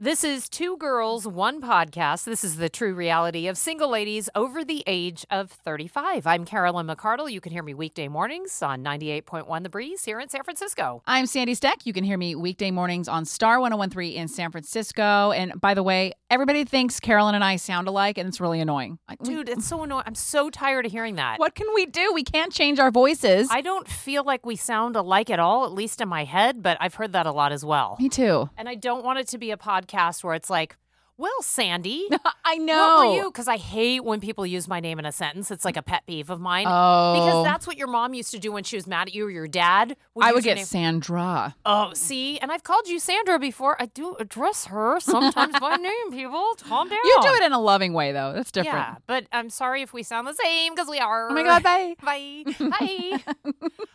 This is Two Girls, One Podcast. This is the true reality of single ladies over the age of 35. I'm Carolyn McCardle. You can hear me weekday mornings on 98.1 The Breeze here in San Francisco. I'm Sandy Steck. You can hear me weekday mornings on Star 1013 in San Francisco. And by the way, everybody thinks Carolyn and I sound alike, and it's really annoying. Like, we- Dude, it's so annoying. I'm so tired of hearing that. what can we do? We can't change our voices. I don't feel like we sound alike at all, at least in my head, but I've heard that a lot as well. me too. And I don't want it to be a podcast where it's like, well, Sandy, I know. What were you? Because I hate when people use my name in a sentence. It's like a pet peeve of mine. Oh. Because that's what your mom used to do when she was mad at you or your dad. I use would your get name- Sandra. Oh, see, and I've called you Sandra before. I do address her sometimes by name. People, calm down. You do it in a loving way, though. That's different. Yeah, but I'm sorry if we sound the same because we are. Oh my God, bye. Bye. Bye.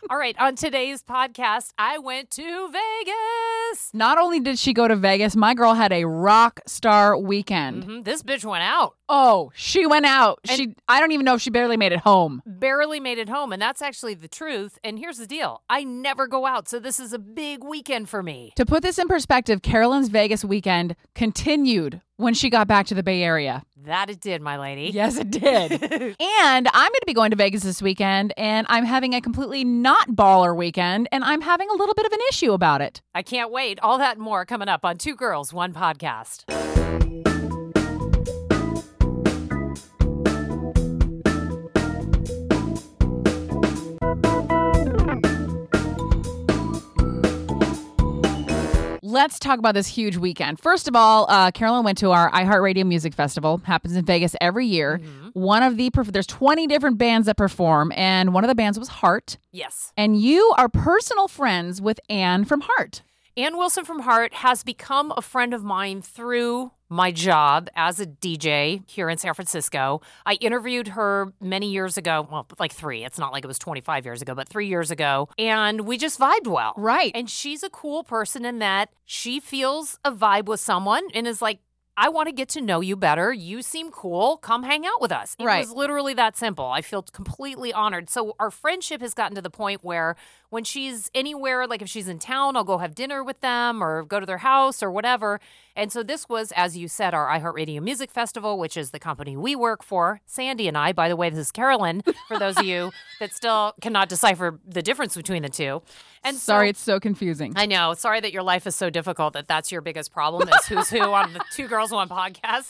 All right. On today's podcast, I went to Vegas. Not only did she go to Vegas, my girl had a rock star weekend. Mhm, This bitch went out. Oh, she went out. she I don't even know if she barely made it home. barely made it home. And that's actually the truth. And here's the deal I never go out. So this is a big weekend for me. To put this in perspective, Carolyn's Vegas weekend continued when she got back to the Bay Area. That it did, my lady. Yes, it did. and I'm going to be going to Vegas this weekend, and I'm having a completely not baller weekend, and I'm having a little bit of an issue about it. I can't wait. All that and more coming up on Two Girls, One Podcast. Let's talk about this huge weekend. First of all, uh, Carolyn went to our iHeartRadio Music Festival. Happens in Vegas every year. Mm-hmm. One of the perf- there's 20 different bands that perform, and one of the bands was Heart. Yes. And you are personal friends with Anne from Heart. Ann Wilson from Heart has become a friend of mine through my job as a DJ here in San Francisco. I interviewed her many years ago. Well, like three. It's not like it was 25 years ago, but three years ago. And we just vibed well. Right. And she's a cool person in that she feels a vibe with someone and is like, I want to get to know you better. You seem cool. Come hang out with us. It Right. was literally that simple. I feel completely honored. So our friendship has gotten to the point where when she's anywhere, like if she's in town, I'll go have dinner with them or go to their house or whatever. And so this was, as you said, our iHeartRadio Music Festival, which is the company we work for. Sandy and I, by the way, this is Carolyn, for those of you that still cannot decipher the difference between the two. And so- Sorry, it's so confusing. I know. Sorry that your life is so difficult that that's your biggest problem is who's who on the Two Girls One podcast.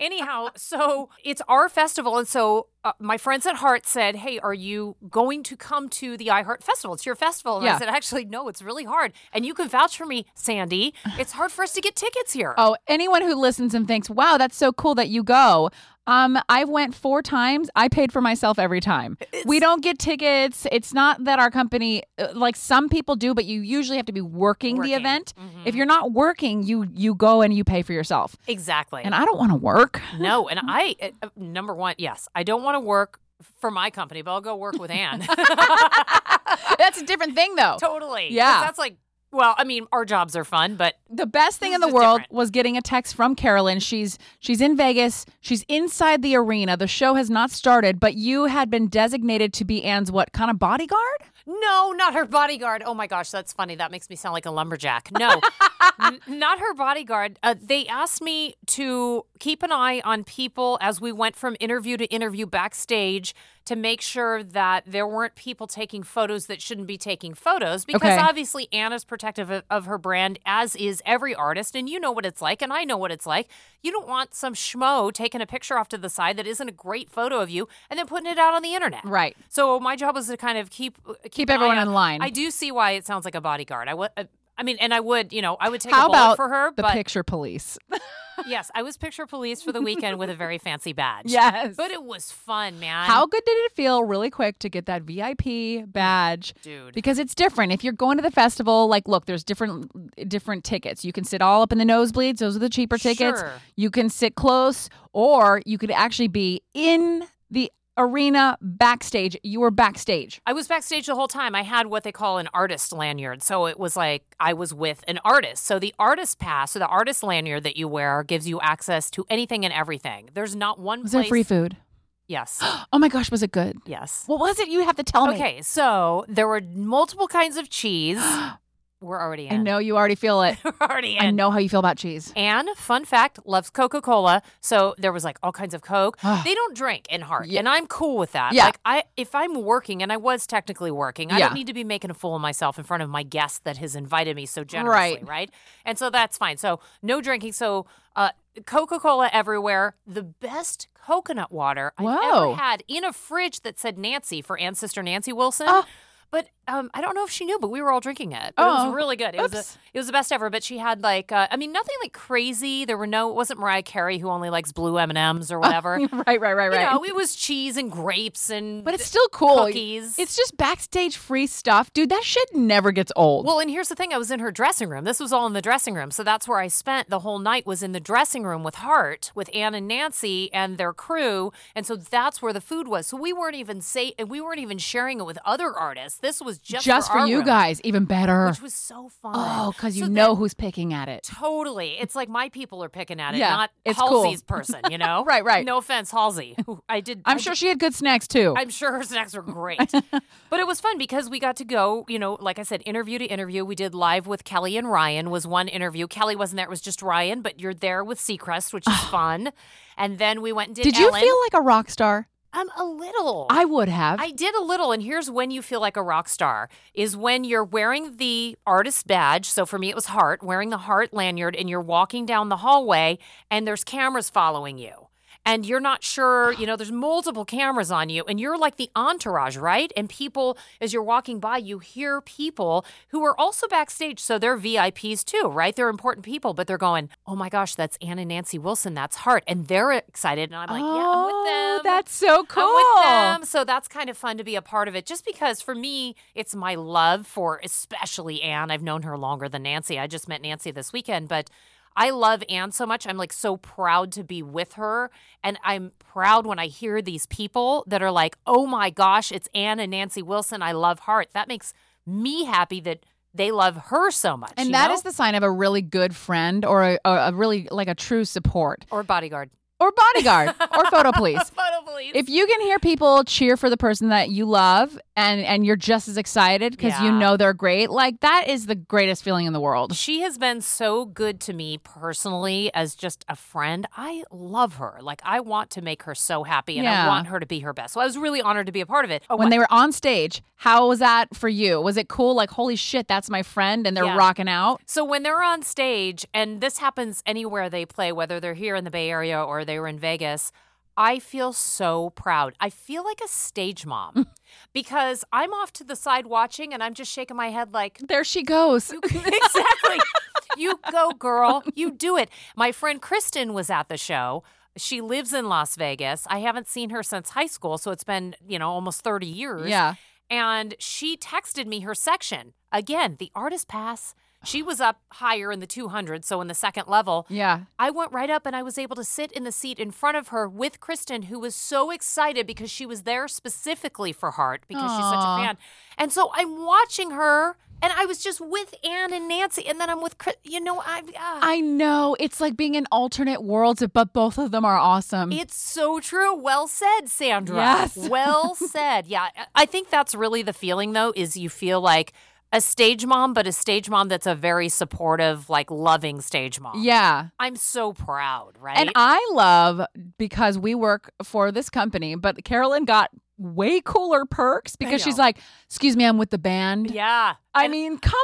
Anyhow, so it's our festival. And so uh, my friends at Heart said, Hey, are you going to come to the iHeart Festival? It's your festival. And Yeah. I said, Actually, no, it's really hard. And you can vouch for me, Sandy. It's hard for us to get tickets here. Oh, anyone who listens and thinks, "Wow, that's so cool that you go." Um, I went four times. I paid for myself every time. we don't get tickets. It's not that our company, uh, like some people do, but you usually have to be working, Mm-hmm. Working. the event. If you're not working, you you go and you pay for yourself. Exactly. And I don't want to work. No, and I uh, number one, yes, I don't want to work for my company, but I'll go work with Anne. That's a different thing, though. totally. 'Cause Yeah. That's like, well, I mean, our jobs are fun, but The best thing This in the is world different. was getting a text from Carolyn. She's she's in Vegas. She's inside the arena. The show has not started, but you had been designated to be Anne's what kind of bodyguard? No, not her bodyguard. Oh my gosh, that's funny. That makes me sound like a lumberjack. No, n- not her bodyguard. Uh, they asked me to keep an eye on people as we went from interview to interview backstage to make sure that there weren't people taking photos that shouldn't be taking photos because Okay. obviously Anna's protective of, of her brand, as is every artist. And you know what it's like, and I know what it's like. You don't want some schmo taking a picture off to the side that isn't a great photo of you and then putting it out on the internet. Right. So my job was to kind of keep keep, Keep an eye everyone on- in line. I do see why it sounds uh, like a bodyguard. I would. I mean, and I would, you know, I would take a How bullet about for her, the but picture police? Yes, I was picture police for the weekend with a very fancy badge. Yes. But it was fun, man. How good did it feel, really quick, to get that VIP badge? Dude. Because it's different. If you're going to the festival, like, look, there's different different tickets. You can sit all up in the nosebleeds; those are the cheaper tickets. Sure. You can sit close, or you could actually be in the arena backstage. You were backstage. I was backstage the whole time. I had what they call an artist lanyard. So it was like I was with an artist. So the artist pass, so the artist lanyard that you wear gives you access to anything and everything. There's not one Was place. there free food? Yes. Oh my gosh, was it good? yes. What was it? You have to tell me. Okay, so there were multiple kinds of cheese. We're already in. I know you already feel it. We're already in. I know how you feel about cheese. And fun fact, loves Coca Cola. So there was like all kinds of Coke. they don't drink in heart, Ah. Yeah. and I'm cool with that. Yeah. Like I, if I'm working, and I was technically working, I Yeah. don't need to be making a fool of myself in front of my guest that has invited me so generously, Right. right? And so that's fine. So no drinking. So uh, Coca Cola everywhere. The best coconut water I've Whoa. ever had in a fridge that said Nancy for Ann sister Nancy Wilson. Oh. But um, I don't know if she knew, but we were all drinking it. But It Oh. was really good. It was Oops. a, it was the best ever, but she had like uh, I mean nothing like crazy. There were no it wasn't Mariah Carey who only likes blue M and M's or whatever. right, right, right, Oh, right. You know, it was cheese and grapes and But it's still cool. cookies. It's just backstage free stuff. Dude, that shit never gets old. well, and here's the thing: I was in her dressing room. This was all in the dressing room, so that's where I spent the whole night. Was in the dressing room with Hart, with Ann and Nancy and their crew, and so that's where the food was. So we weren't even say, and we weren't even sharing it with other artists. This was just just for our you room, guys, even better. which was so fun. Oh, because you So know who's picking at it. Totally. It's like my people are picking at it, Yeah, not it's cool. Halsey's person, you know? Right, right. No offense, Halsey. Who- I did I'm I sure did- she had good snacks too. I'm sure her snacks were great. but it was fun because we got to go, you know, like I said, interview to interview. We did live with Kelly and Ryan was one interview. Kelly wasn't there, it was just Ryan, but you're there with Seacrest, which is fun. And then we went and did, Did you Ellen. feel like a rock star? I'm a little. I would have. I did a little, and here's when you feel like a rock star is when you're wearing the artist badge. So for me, it was heart, wearing the heart lanyard, and you're walking down the hallway, and there's cameras following you. And you're not sure, you know, there's multiple cameras on you, and you're like the entourage, right? And people, as you're walking by, you hear people who are also backstage. So they're VIPs too, right? They're important people, but they're going, oh my gosh, that's Ann and Nancy Wilson. That's Heart. And they're excited. And I'm like, yeah, I'm with Oh, them. That's so cool. I'm with them. So that's kind of fun to be a part of it. Just because for me, it's my love for especially Anne. I've known her longer than Nancy. I just met Nancy this weekend, but I love Anne so much. I'm like so proud to be with her. And I'm proud when I hear these people that are like, oh my gosh, it's Anne and Nancy Wilson. I love Heart. That makes me happy that they love her so much. And you that know? is the sign of a really good friend or a, a, a really like a true support or bodyguard. or bodyguard or photo police. Photo police. If you can hear people cheer for the person that you love and and you're just as excited because you Yeah. know they're great, like that is the greatest feeling in the world. She has been so good to me personally as just a friend. I love her. Like I want to make her so happy and Yeah. I want her to be her best. So I was really honored to be a part of it. Oh, when my- they were on stage, how was that for you? Was it cool? Like, holy shit, that's my friend, and they're Yeah. rocking out. so when they're on stage and this happens anywhere they play whether they're here in the Bay Area or they were in Vegas, I feel so proud. I feel like a stage mom because I'm off to the side watching and I'm just shaking my head like There she goes. exactly. you go, girl. You do it. My friend Kristen was at the show. She lives in Las Vegas. I haven't seen her since high school, so it's been, you know, almost 30 years. Yeah. And she texted me her section. Again, the artist pass. She was up higher in the 200, so in the second level. Yeah. I went right up and I was able to sit in the seat in front of her with Kristen, who was so excited because she was there specifically for Hart because she's such Aw. a fan. And so I'm watching her, and I was just with Anne and Nancy, and then I'm with Chris. You know, I, ah. I know. It's like being in alternate worlds, but both of them are awesome. it's so true. Well said, Sandra. Yes. Well said. Yeah, I- I think that's really the feeling though. Is you feel like a stage mom, but a stage mom that's a very supportive, like loving stage mom. yeah. I'm so proud. Right. And I love because we work for this company, but Carolyn got way cooler perks because she's know. like, excuse me, I'm with the band. yeah. I mean, come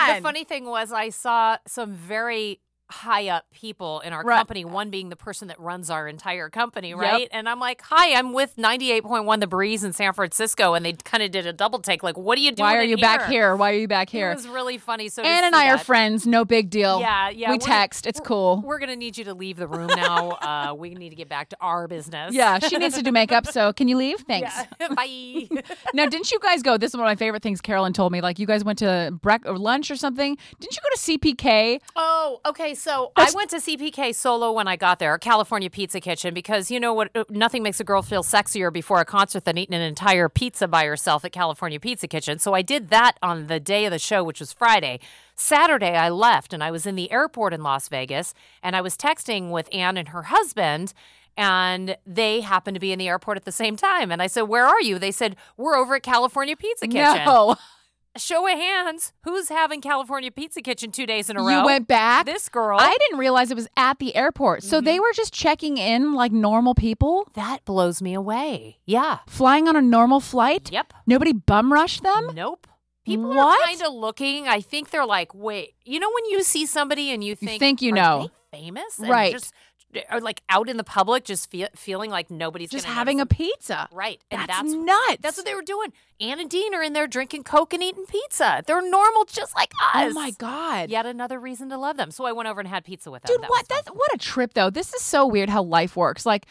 on. The funny thing was, I saw some very high up people in our Right. company, one being the person that runs our entire company, right? And I'm like, hi, I'm with 98.1 The Breeze in San Francisco. And they kind of did a double take. Like, what are you doing? Why are in you back here? Why are you back It here? was really funny. So to Anne and see I are that- friends. No big deal. Yeah, yeah. we're- We text. It's we're- cool. We're gonna need you to leave the room now. uh, we need to get back to our business. yeah, she needs to do makeup. So can you leave? Thanks. Bye. Now, didn't you guys go? This is one of my favorite things Carolyn told me. Like, you guys went to brec- or lunch or something. Didn't you go to CPK? oh, okay. So I went to CPK solo when I got there, California Pizza Kitchen, because you know what? uh, Nothing makes a girl feel sexier before a concert than eating an entire pizza by herself at California Pizza Kitchen. So I did that on the day of the show, which was Friday. Saturday, I left and I was in the airport in Las Vegas and I was texting with Anne and her husband. and they happened to be in the airport at the same time. And I said, "Where are you?" They said, "We're over at California Pizza Kitchen." No, Show of hands, who's having California Pizza Kitchen two days in a row? you went back. This girl. Mm-hmm. I didn't realize it was at the airport. So they were just checking in like normal people, that blows me away. Yeah. flying on a normal flight. Yep. Nobody bum rushed them. Nope. People Um, What? are kind of looking. I think they're like, wait. You know when you see somebody and you think, think you "Are know." they famous, And Right. Just are like out in the public, just feel, feeling like nobody's Just gonna having a notice pizza. them. right. And That's, that's nuts. That's what they were doing. Ann and Dean are in there drinking Coke and eating pizza. They're normal, just like us. Oh my god. Yet another reason to love them. So I went over and had pizza with them. Dude, That was what fun. that's what a trip though. This is so weird how life works. Like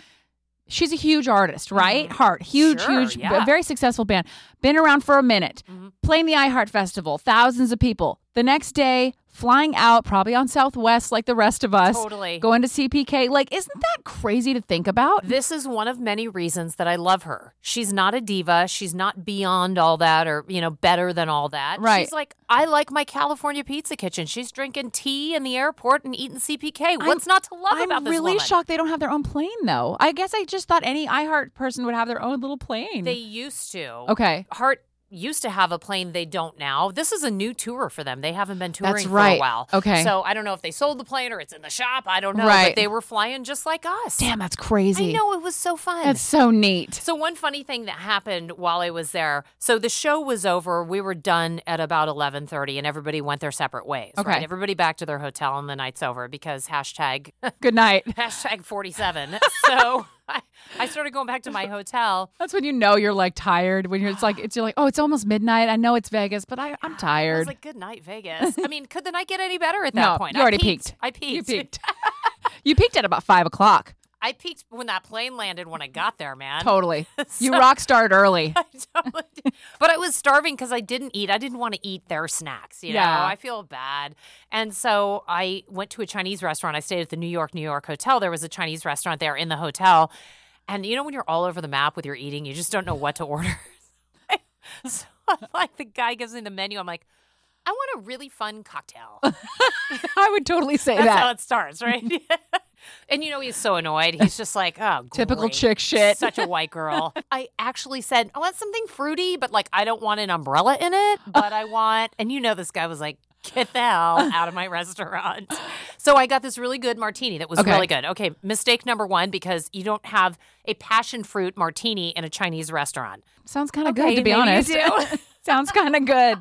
she's a huge artist, right? Heart, huge, Mm-hmm. Sure, huge, b- yeah. Mm-hmm. very successful band. Been around for a minute. Playing the iHeart Festival, thousands of people. The next day, flying out probably on Southwest like the rest of us. Totally. Going to CPK. Like isn't that crazy to think about? This is one of many reasons that I love her. She's not a diva. She's not beyond all that or, you know, better than all that. Right. She's like, I like my California pizza kitchen. She's drinking tea in the airport and eating CPK. What's not to love I'm about this really woman? shocked they don't have their own plane though. I guess I just thought any iHeart person would have their own little plane. They used to. okay. Hart used to have a plane they don't now. This is a new tour for them. They haven't been touring That's for right. a while. Okay. So I don't know if they sold the plane or it's in the shop. I don't know. Right. But they were flying just like us. Damn, that's crazy. I know it was so fun. That's so neat. So one funny thing that happened while I was there. So the show was over. We were done at about eleven thirty, and everybody went their separate ways. Okay. right? everybody back to their hotel, and the night's over because hashtag Good night. hashtag forty seven. so I, I started going back to my hotel. That's when you know you're like tired. When you're, it's like it's you're like, oh, it's almost midnight. I know it's Vegas, but I, I'm I was tired. like, "Good night, Vegas." I mean, could the night get any better at that No, point? you I already peaked. I peaked. you peaked. you peaked at about five o'clock. I peaked when that plane landed. When I got there, man. Totally. you rock starred early. I totally did. but I was starving because I didn't eat. I didn't want to eat their snacks. You Yeah. know, I feel bad. And so I went to a Chinese restaurant. I stayed at the New York, New York hotel. There was a Chinese restaurant there in the hotel. And you know, when you're all over the map with your eating, you just don't know what to order. so I'm like, the guy gives me the menu. I'm like, I want a really fun cocktail. I would totally say That's how that. it starts, right? Mm-hmm. and you know, he's so annoyed. He's just like, oh, Typical great. chick shit. Such a white girl. I actually said, I want something fruity, but like, I don't want an umbrella in it, but I want, and you know, this guy was like, get the hell out of my restaurant. So I got this really good martini that was Okay. really good. Okay, mistake number one, because you don't have a passion fruit martini in a Chinese restaurant. Sounds kind of Okay, good to be maybe you honest. do. Oh. Sounds kind of good.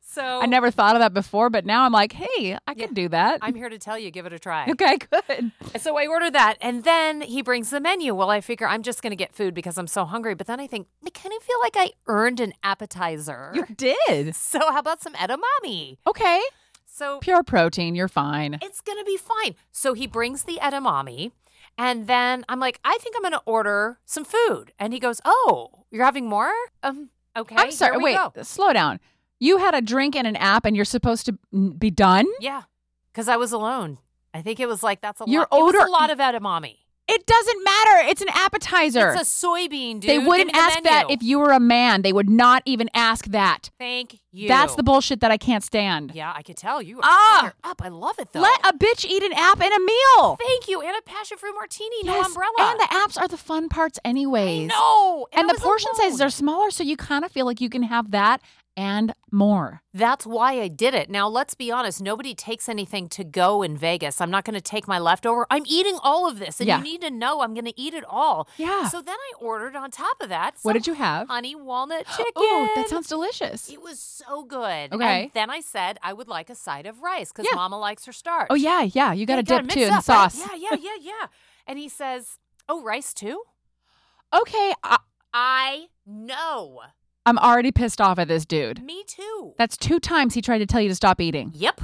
So I never thought of that before, but now I'm like, hey, I could do that. I'm here to tell you, give it a try. okay, good. So I order that, and then he brings the menu. Well, I figure I'm just going to get food because I'm so hungry. But then I think, I kind of feel like I earned an appetizer. You did. so how about some edamame? Okay. So Pure protein. You're fine. it's going to be fine. So he brings the edamame, and then I'm like, I think I'm going to order some food. And he goes, Oh, you're having more? Um, okay. I'm sorry. here we Wait, go." slow down. You had a drink and an app, and you're supposed to mm, be done. Yeah, because I was alone. I think it was like that's a Your lot. it was order- a lot of edamame. It doesn't matter. It's an appetizer. It's a soybean, dude. they Give wouldn't me the ask that menu. if you were a man. They would not even ask that. Thank you. That's the bullshit that I can't stand. Yeah, I could tell you are Ah! fired up. I love it though. Let a bitch eat an app and a meal. Thank you, and a passion fruit martini, no Yes, umbrella. And the apps are the fun parts, anyways. no, And I the was portion sizes alone. are smaller, so you kind of feel like you can have that and more. That's why I did it. Now, let's be honest. Nobody takes anything to go in Vegas. I'm not going to take my leftover. I'm eating all of this, and Yeah. you need to know I'm going to eat it all. Yeah. So then I ordered on top of that. What some did you have? Honey walnut chicken. Oh, that sounds delicious. It was so good. Okay. And then I said I would like a side of rice because Yeah. Mama likes her starch. Oh yeah, yeah. You got to Yeah, dip mix too in up, right? sauce. Yeah, yeah, yeah, yeah. and he says, "Oh, rice too." Okay, I, I know. I'm already pissed off at this dude. Me too. That's two times he tried to tell you to stop eating. yep.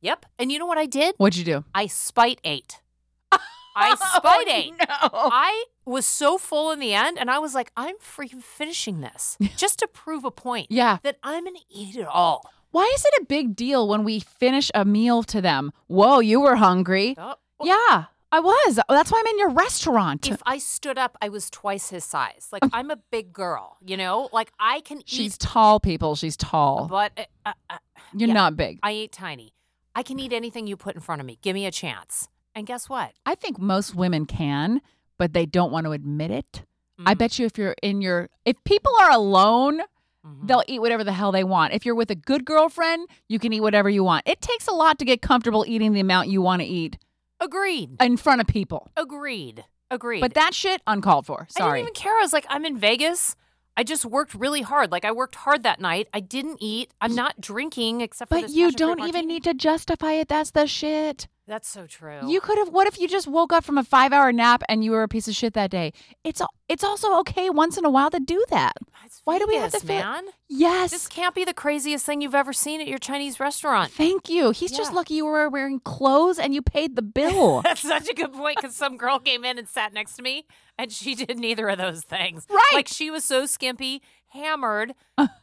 Yep. And you know what I did? What'd you do? I spite ate. I spite ate. Oh, No. I was so full in the end, and I was like, I'm freaking finishing this just to prove a point. Yeah. That I'm going to eat it all. Why is it a big deal when we finish a meal to them? Whoa, you were hungry. Oh, Yeah, I was. Oh, That's why I'm in your restaurant. If I stood up, I was twice his size. Like, I'm a big girl, you know? Like, I can She's eat, tall, people. She's tall. but uh, uh, uh, You're yeah. not big. I ate tiny. I can eat anything you put in front of me. Give me a chance. And guess what? I think most women can, but they don't want to admit it. I Mm, bet you if you're in your, if people are alone, mhm. they'll eat whatever the hell they want. If you're with a good girlfriend, you can eat whatever you want. It takes a lot to get comfortable eating the amount you want to eat Agreed. in front of people. Agreed. Agreed. But that shit, uncalled for. I Sorry. didn't even care. I was like, I'm in Vegas. I just worked really hard. Like I worked hard that night. I didn't eat. I'm not drinking except for But this you passion fruit don't even martini. need to justify it. That's the shit. That's so true. You could have. What if you just woke up from a five-hour nap and you were a piece of shit that day? It's al- it's also okay once in a while to do that. It's Why do we have to Vegas, fit- man? Yes. This can't be the craziest thing you've ever seen at your Chinese restaurant. Thank you. He's just Yeah. lucky you were wearing clothes and you paid the bill. That's such a good point because some girl came in and sat next to me, and she did neither of those things. Right. Like she was so skimpy, hammered,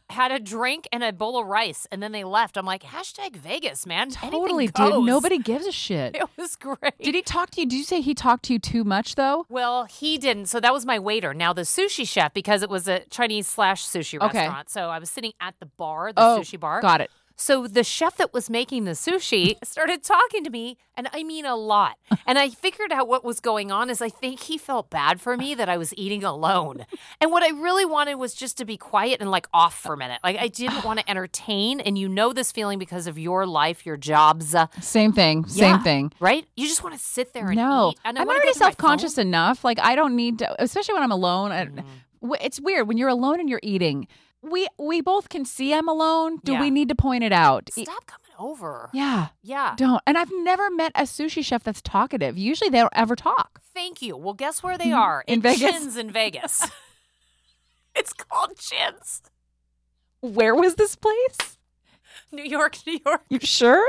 had a drink and a bowl of rice, and then they left. I'm like, hashtag Vegas, man. Anything totally, goes. dude. Nobody gives a shit. It was great. Did he talk to you? Did you say he talked to you too much though? Well, he didn't. So that was my waiter. Now the sushi chef, because it was a Chinese slash sushi Okay. restaurant. So I was sitting at the bar, the oh, sushi bar. Got it. So the chef that was making the sushi started talking to me, and I mean a lot. And I figured out what was going on is I think he felt bad for me that I was eating alone. And what I really wanted was just to be quiet and like off for a minute. Like I didn't want to entertain. And you know this feeling because of your life, your jobs, uh, Same thing. Yeah. Same thing. right? You just want to sit there and No, eat. And I I'm wanna go already through my phone. Mm-hmm. self conscious enough. Like I don't need to, especially when I'm alone. I- w- It's weird when you're alone and you're eating. We we both can see I'm alone. Do Yeah. we need to point it out? E- Stop coming over. Yeah, Yeah. don't. And I've never met a sushi chef that's talkative. Usually they don't ever talk. Thank you. Well, guess where they are? Mm-hmm. In At Vegas? Chins in Vegas. it's called Chins. Where was this place? New York, New York. You sure?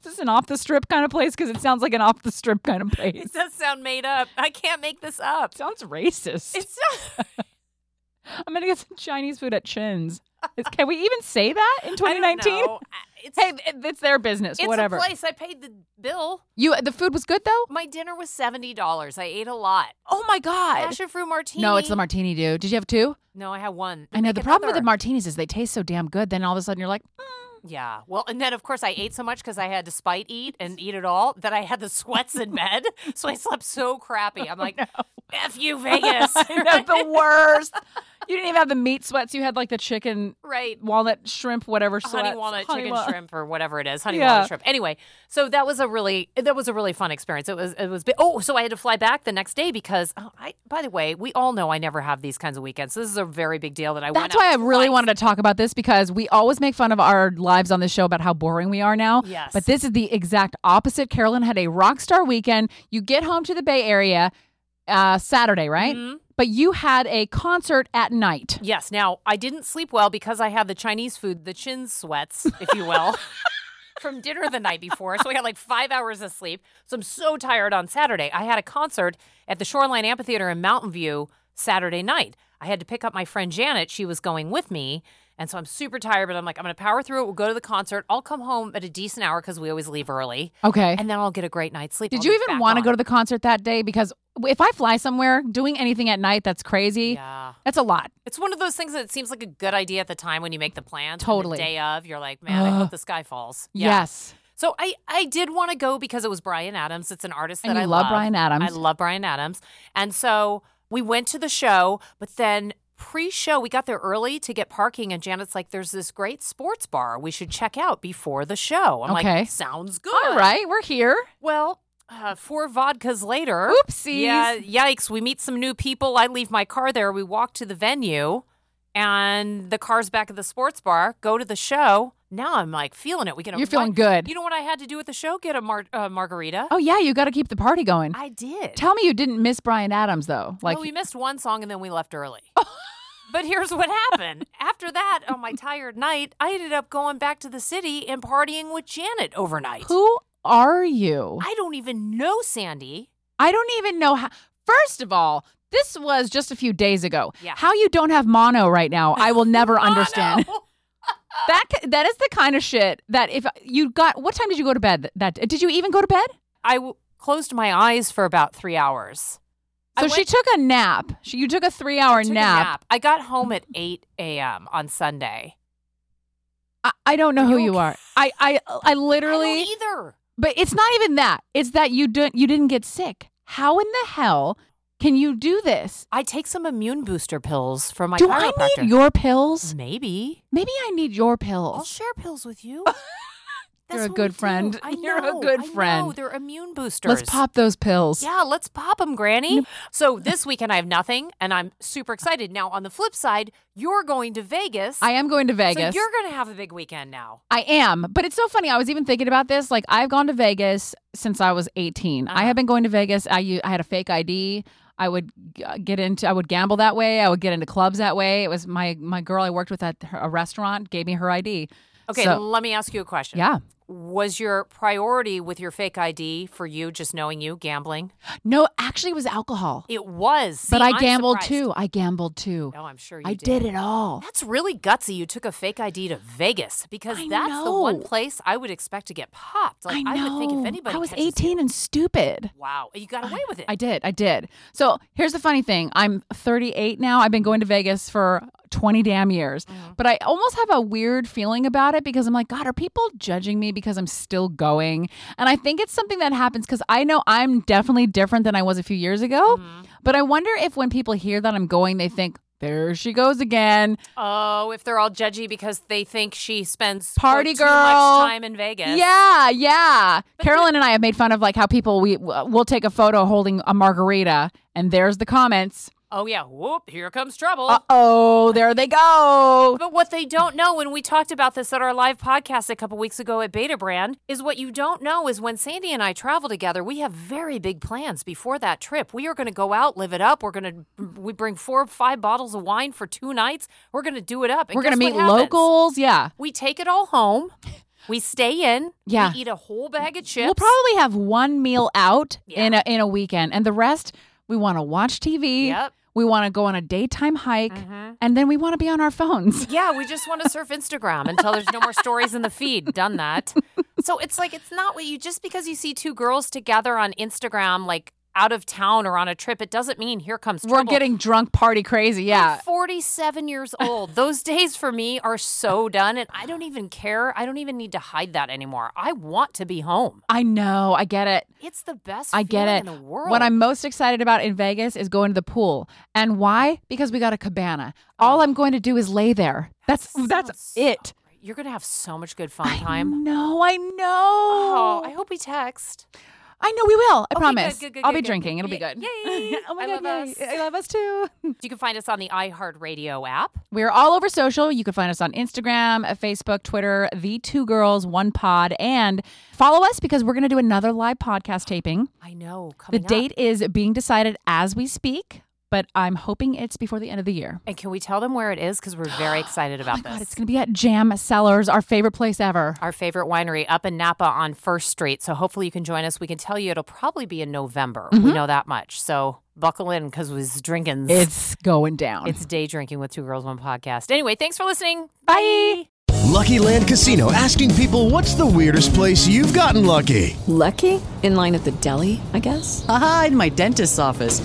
Is this an off the strip kind of place? Because it sounds like an off the strip kind of place. It does sound made up. I can't make this up. sounds racist. It's not. I'm gonna get some Chinese food at Chin's. Is- Can we even say that in 2019? I don't know. I- It's, Hey, it- it's their business. it's whatever. a place. I paid the bill. You the food was good though. My dinner was seventy dollars. I ate a lot. Oh my god. Passion fruit martini. No, it's the martini, dude. Did you have two? No, I had one. I know Make the problem with the another. martinis is they taste so damn good. Then all of a sudden you're like, "Mm, Yeah. Well, and then of course I ate so much because I had to spite eat and eat it all that I had the sweats in bed. So I slept so crappy. Oh, I'm like, F you, Vegas. that's the worst. you didn't even have the meat sweats. You had like the chicken, right. walnut, shrimp, whatever sweats. honey walnut Honey chicken wa- shrimp or whatever it is honey Yeah. walnut shrimp anyway so that was a really that was a really fun experience it was it was bi- oh so i had to fly back the next day because oh, i by the way we all know i never have these kinds of weekends so this is a very big deal that i went That's why I really wanted to talk about this because we always make fun of our lives on this show about how boring we are now. Yes. But this is the exact opposite. Carolyn had a rock star weekend. You get home to the Bay Area uh, Saturday, right? Mm-hmm. But you had a concert at night. yes now i didn't sleep well because i had the chinese food the chin sweats if you will from dinner the night before so i had like five hours of sleep so i'm so tired on saturday i had a concert at the shoreline amphitheater in mountain view saturday night i had to pick up my friend janet she was going with me and so i'm super tired but i'm like i'm gonna power through it we'll go to the concert i'll come home at a decent hour because we always leave early Okay. and then i'll get a great night's sleep Did you even want to go to the concert that day? Because if I fly somewhere, doing anything at night, that's crazy. yeah That's a lot. It's one of those things that seems like a good idea at the time when you make the plans. and Totally. The day of, you're like, man, I hope the sky falls. Yes. So I, I did want to go because it was Brian Adams. It's an artist And that you I love love. Bryan Adams. I love Brian Adams. And so we went to the show, but then pre-show, we got there early to get parking, and Janet's like, "There's this great sports bar we should check out before the show." I'm Okay. like, "Sounds good." All right, we're here. Well, uh, four vodkas later. Oopsies. Yeah, yikes. We meet some new people. I leave my car there. We walk to the venue, and the car's back at the sports bar. Go to the show. Now I'm like feeling it. We get a You're feeling good. You know what I had to do at the show? Get a mar- uh, margarita. Oh yeah, you got to keep the party going. I Oh, did. Tell me you didn't miss Brian Adams though. Like well, we missed one song and then we left early. but here's what happened. After that, on my tired night, I ended up going back to the city and partying with Janet overnight. who are you? I don't even know Sandy. I don't even know how. First of all, this was just a few days ago. Yeah. How you don't have mono right now, I will never Oh, understand. Mono! That c- that is the kind of shit that if you got what time did you go to bed th- that did you even go to bed? I w- closed my eyes for about three hours. I So she went- took a nap. She you took a 3-hour Took a nap. I got home at 8 a.m. on Sunday. I, I don't know Are who you you okay? are. I I I I don't e literally either. But it's not even that. It's that you didn't you didn't get sick. How in the hell can you do this? I take some immune booster pills from my do I chiropractor. need your pills? Maybe. Maybe I need your I'll pills. share pills with you. You're a what we good do. friend. I You're a know, good I know. friend. They're immune boosters. Let's pop those pills. Yeah, let's pop them, Granny. So this weekend I have nothing, and I'm super excited. Now on the flip side, you're going to Vegas. I am going to Vegas. So you're going to have a big weekend now. I am, but it's so funny. I was even thinking about this. Like I've gone to Vegas since I was 18. Uh-huh. I have been going to Vegas. I u- I had a fake ID. I would g- uh, get into I would gamble that way. I would get into clubs that way. It was my my girl I worked with at her- a restaurant gave me her ID. Okay, So- let me ask you a question. Yeah. was your priority with your fake ID for you just knowing you gambling? No, actually it was alcohol. It was. but See, I I'm gambled surprised. too. I gambled too. No, I'm sure you I did. did it all. That's really gutsy. You took a fake ID to Vegas because I that's the one know. place I would expect to get popped. Like I know. would think if anybody I was catches you- 18 and stupid. wow, you got away with it. I did. I did. So here's the funny thing. I'm 38 now. I've been going to Vegas for 20 damn years. Mm-hmm. But I almost have a weird feeling about it because I'm like, God, are people judging me because I'm still going? And I think it's something that happens because I know I'm definitely different than I was a few years ago. Mm-hmm. But I wonder if when people hear that I'm going, they think, there she goes again. oh, if they're all judgy because they think she spends quote, Party too girl. much time in Vegas. Yeah, yeah. Carolyn and I have made fun of like how people we we'll take a photo holding a margarita, and there's the comments. Oh yeah. Whoop! Here comes trouble. Uh oh, there they go. But what they don't know, when we talked about this at our live podcast a couple weeks ago at Beta Brand, is what you don't know is when Sandy and I travel together, we have very big plans before that trip. We are going to go out, live it up. We're going to we bring four or five bottles of wine for two nights. We're going to do it up. And We're gonna guess meet what happens? locals. Yeah, We take it all home. We stay in. Yeah. We eat a whole bag of chips. we'll probably have one meal out in a in a weekend, and the rest we want to watch TV. Yep. Mm-hmm. We want to go on a daytime hike, and then we want to be on our phones. Yeah, we just want to surf Instagram until there's no more stories in the feed. Done that. So it's like it's not what you just because you see two girls together on Instagram, like out of town or on a trip, it doesn't mean here comes trouble. We're getting drunk, party crazy. I'm Yeah. 47 years old. Those days for me are so done, and I don't even care. I don't even need to hide that anymore. I want to be home. I know. I get it. It's the best. I get feeling it. In the world. What I'm most excited about in Vegas is going to the pool. And why? Because we got a cabana. All I'm going to do is lay there. That's that's Oh. sounds it. You're gonna have so much good fun time. No, I know. Oh, I hope we text. I know we will. I good, promise. good, good, I'll good, be good. drinking. It'll be Yay. good. Yay. oh my I god, love yay. us. I love us too. You can find us on the iHeartRadio app. We're all over social. You can find us on Instagram, uh, Facebook, Twitter, the two girls, one pod, and follow us because we're gonna do another live podcast taping. I know. The Coming up. date is being decided as we speak, but I'm hoping it's before the end of the year. And can we tell them where it is? Because we're very excited about Oh my this. God, it's going to be at Jam Cellars, our favorite place ever. Our favorite winery up in Napa on First Street. So hopefully you can join us. We can tell you it'll probably be in November. Mm-hmm. We know that much. So buckle in because we're drinking. It's going down. it's day drinking with two girls, one podcast. Anyway, thanks for listening. Bye. Lucky Land Casino asking people what's the weirdest place you've gotten lucky? Lucky? In line at the deli, I guess? Aha, in my dentist's office.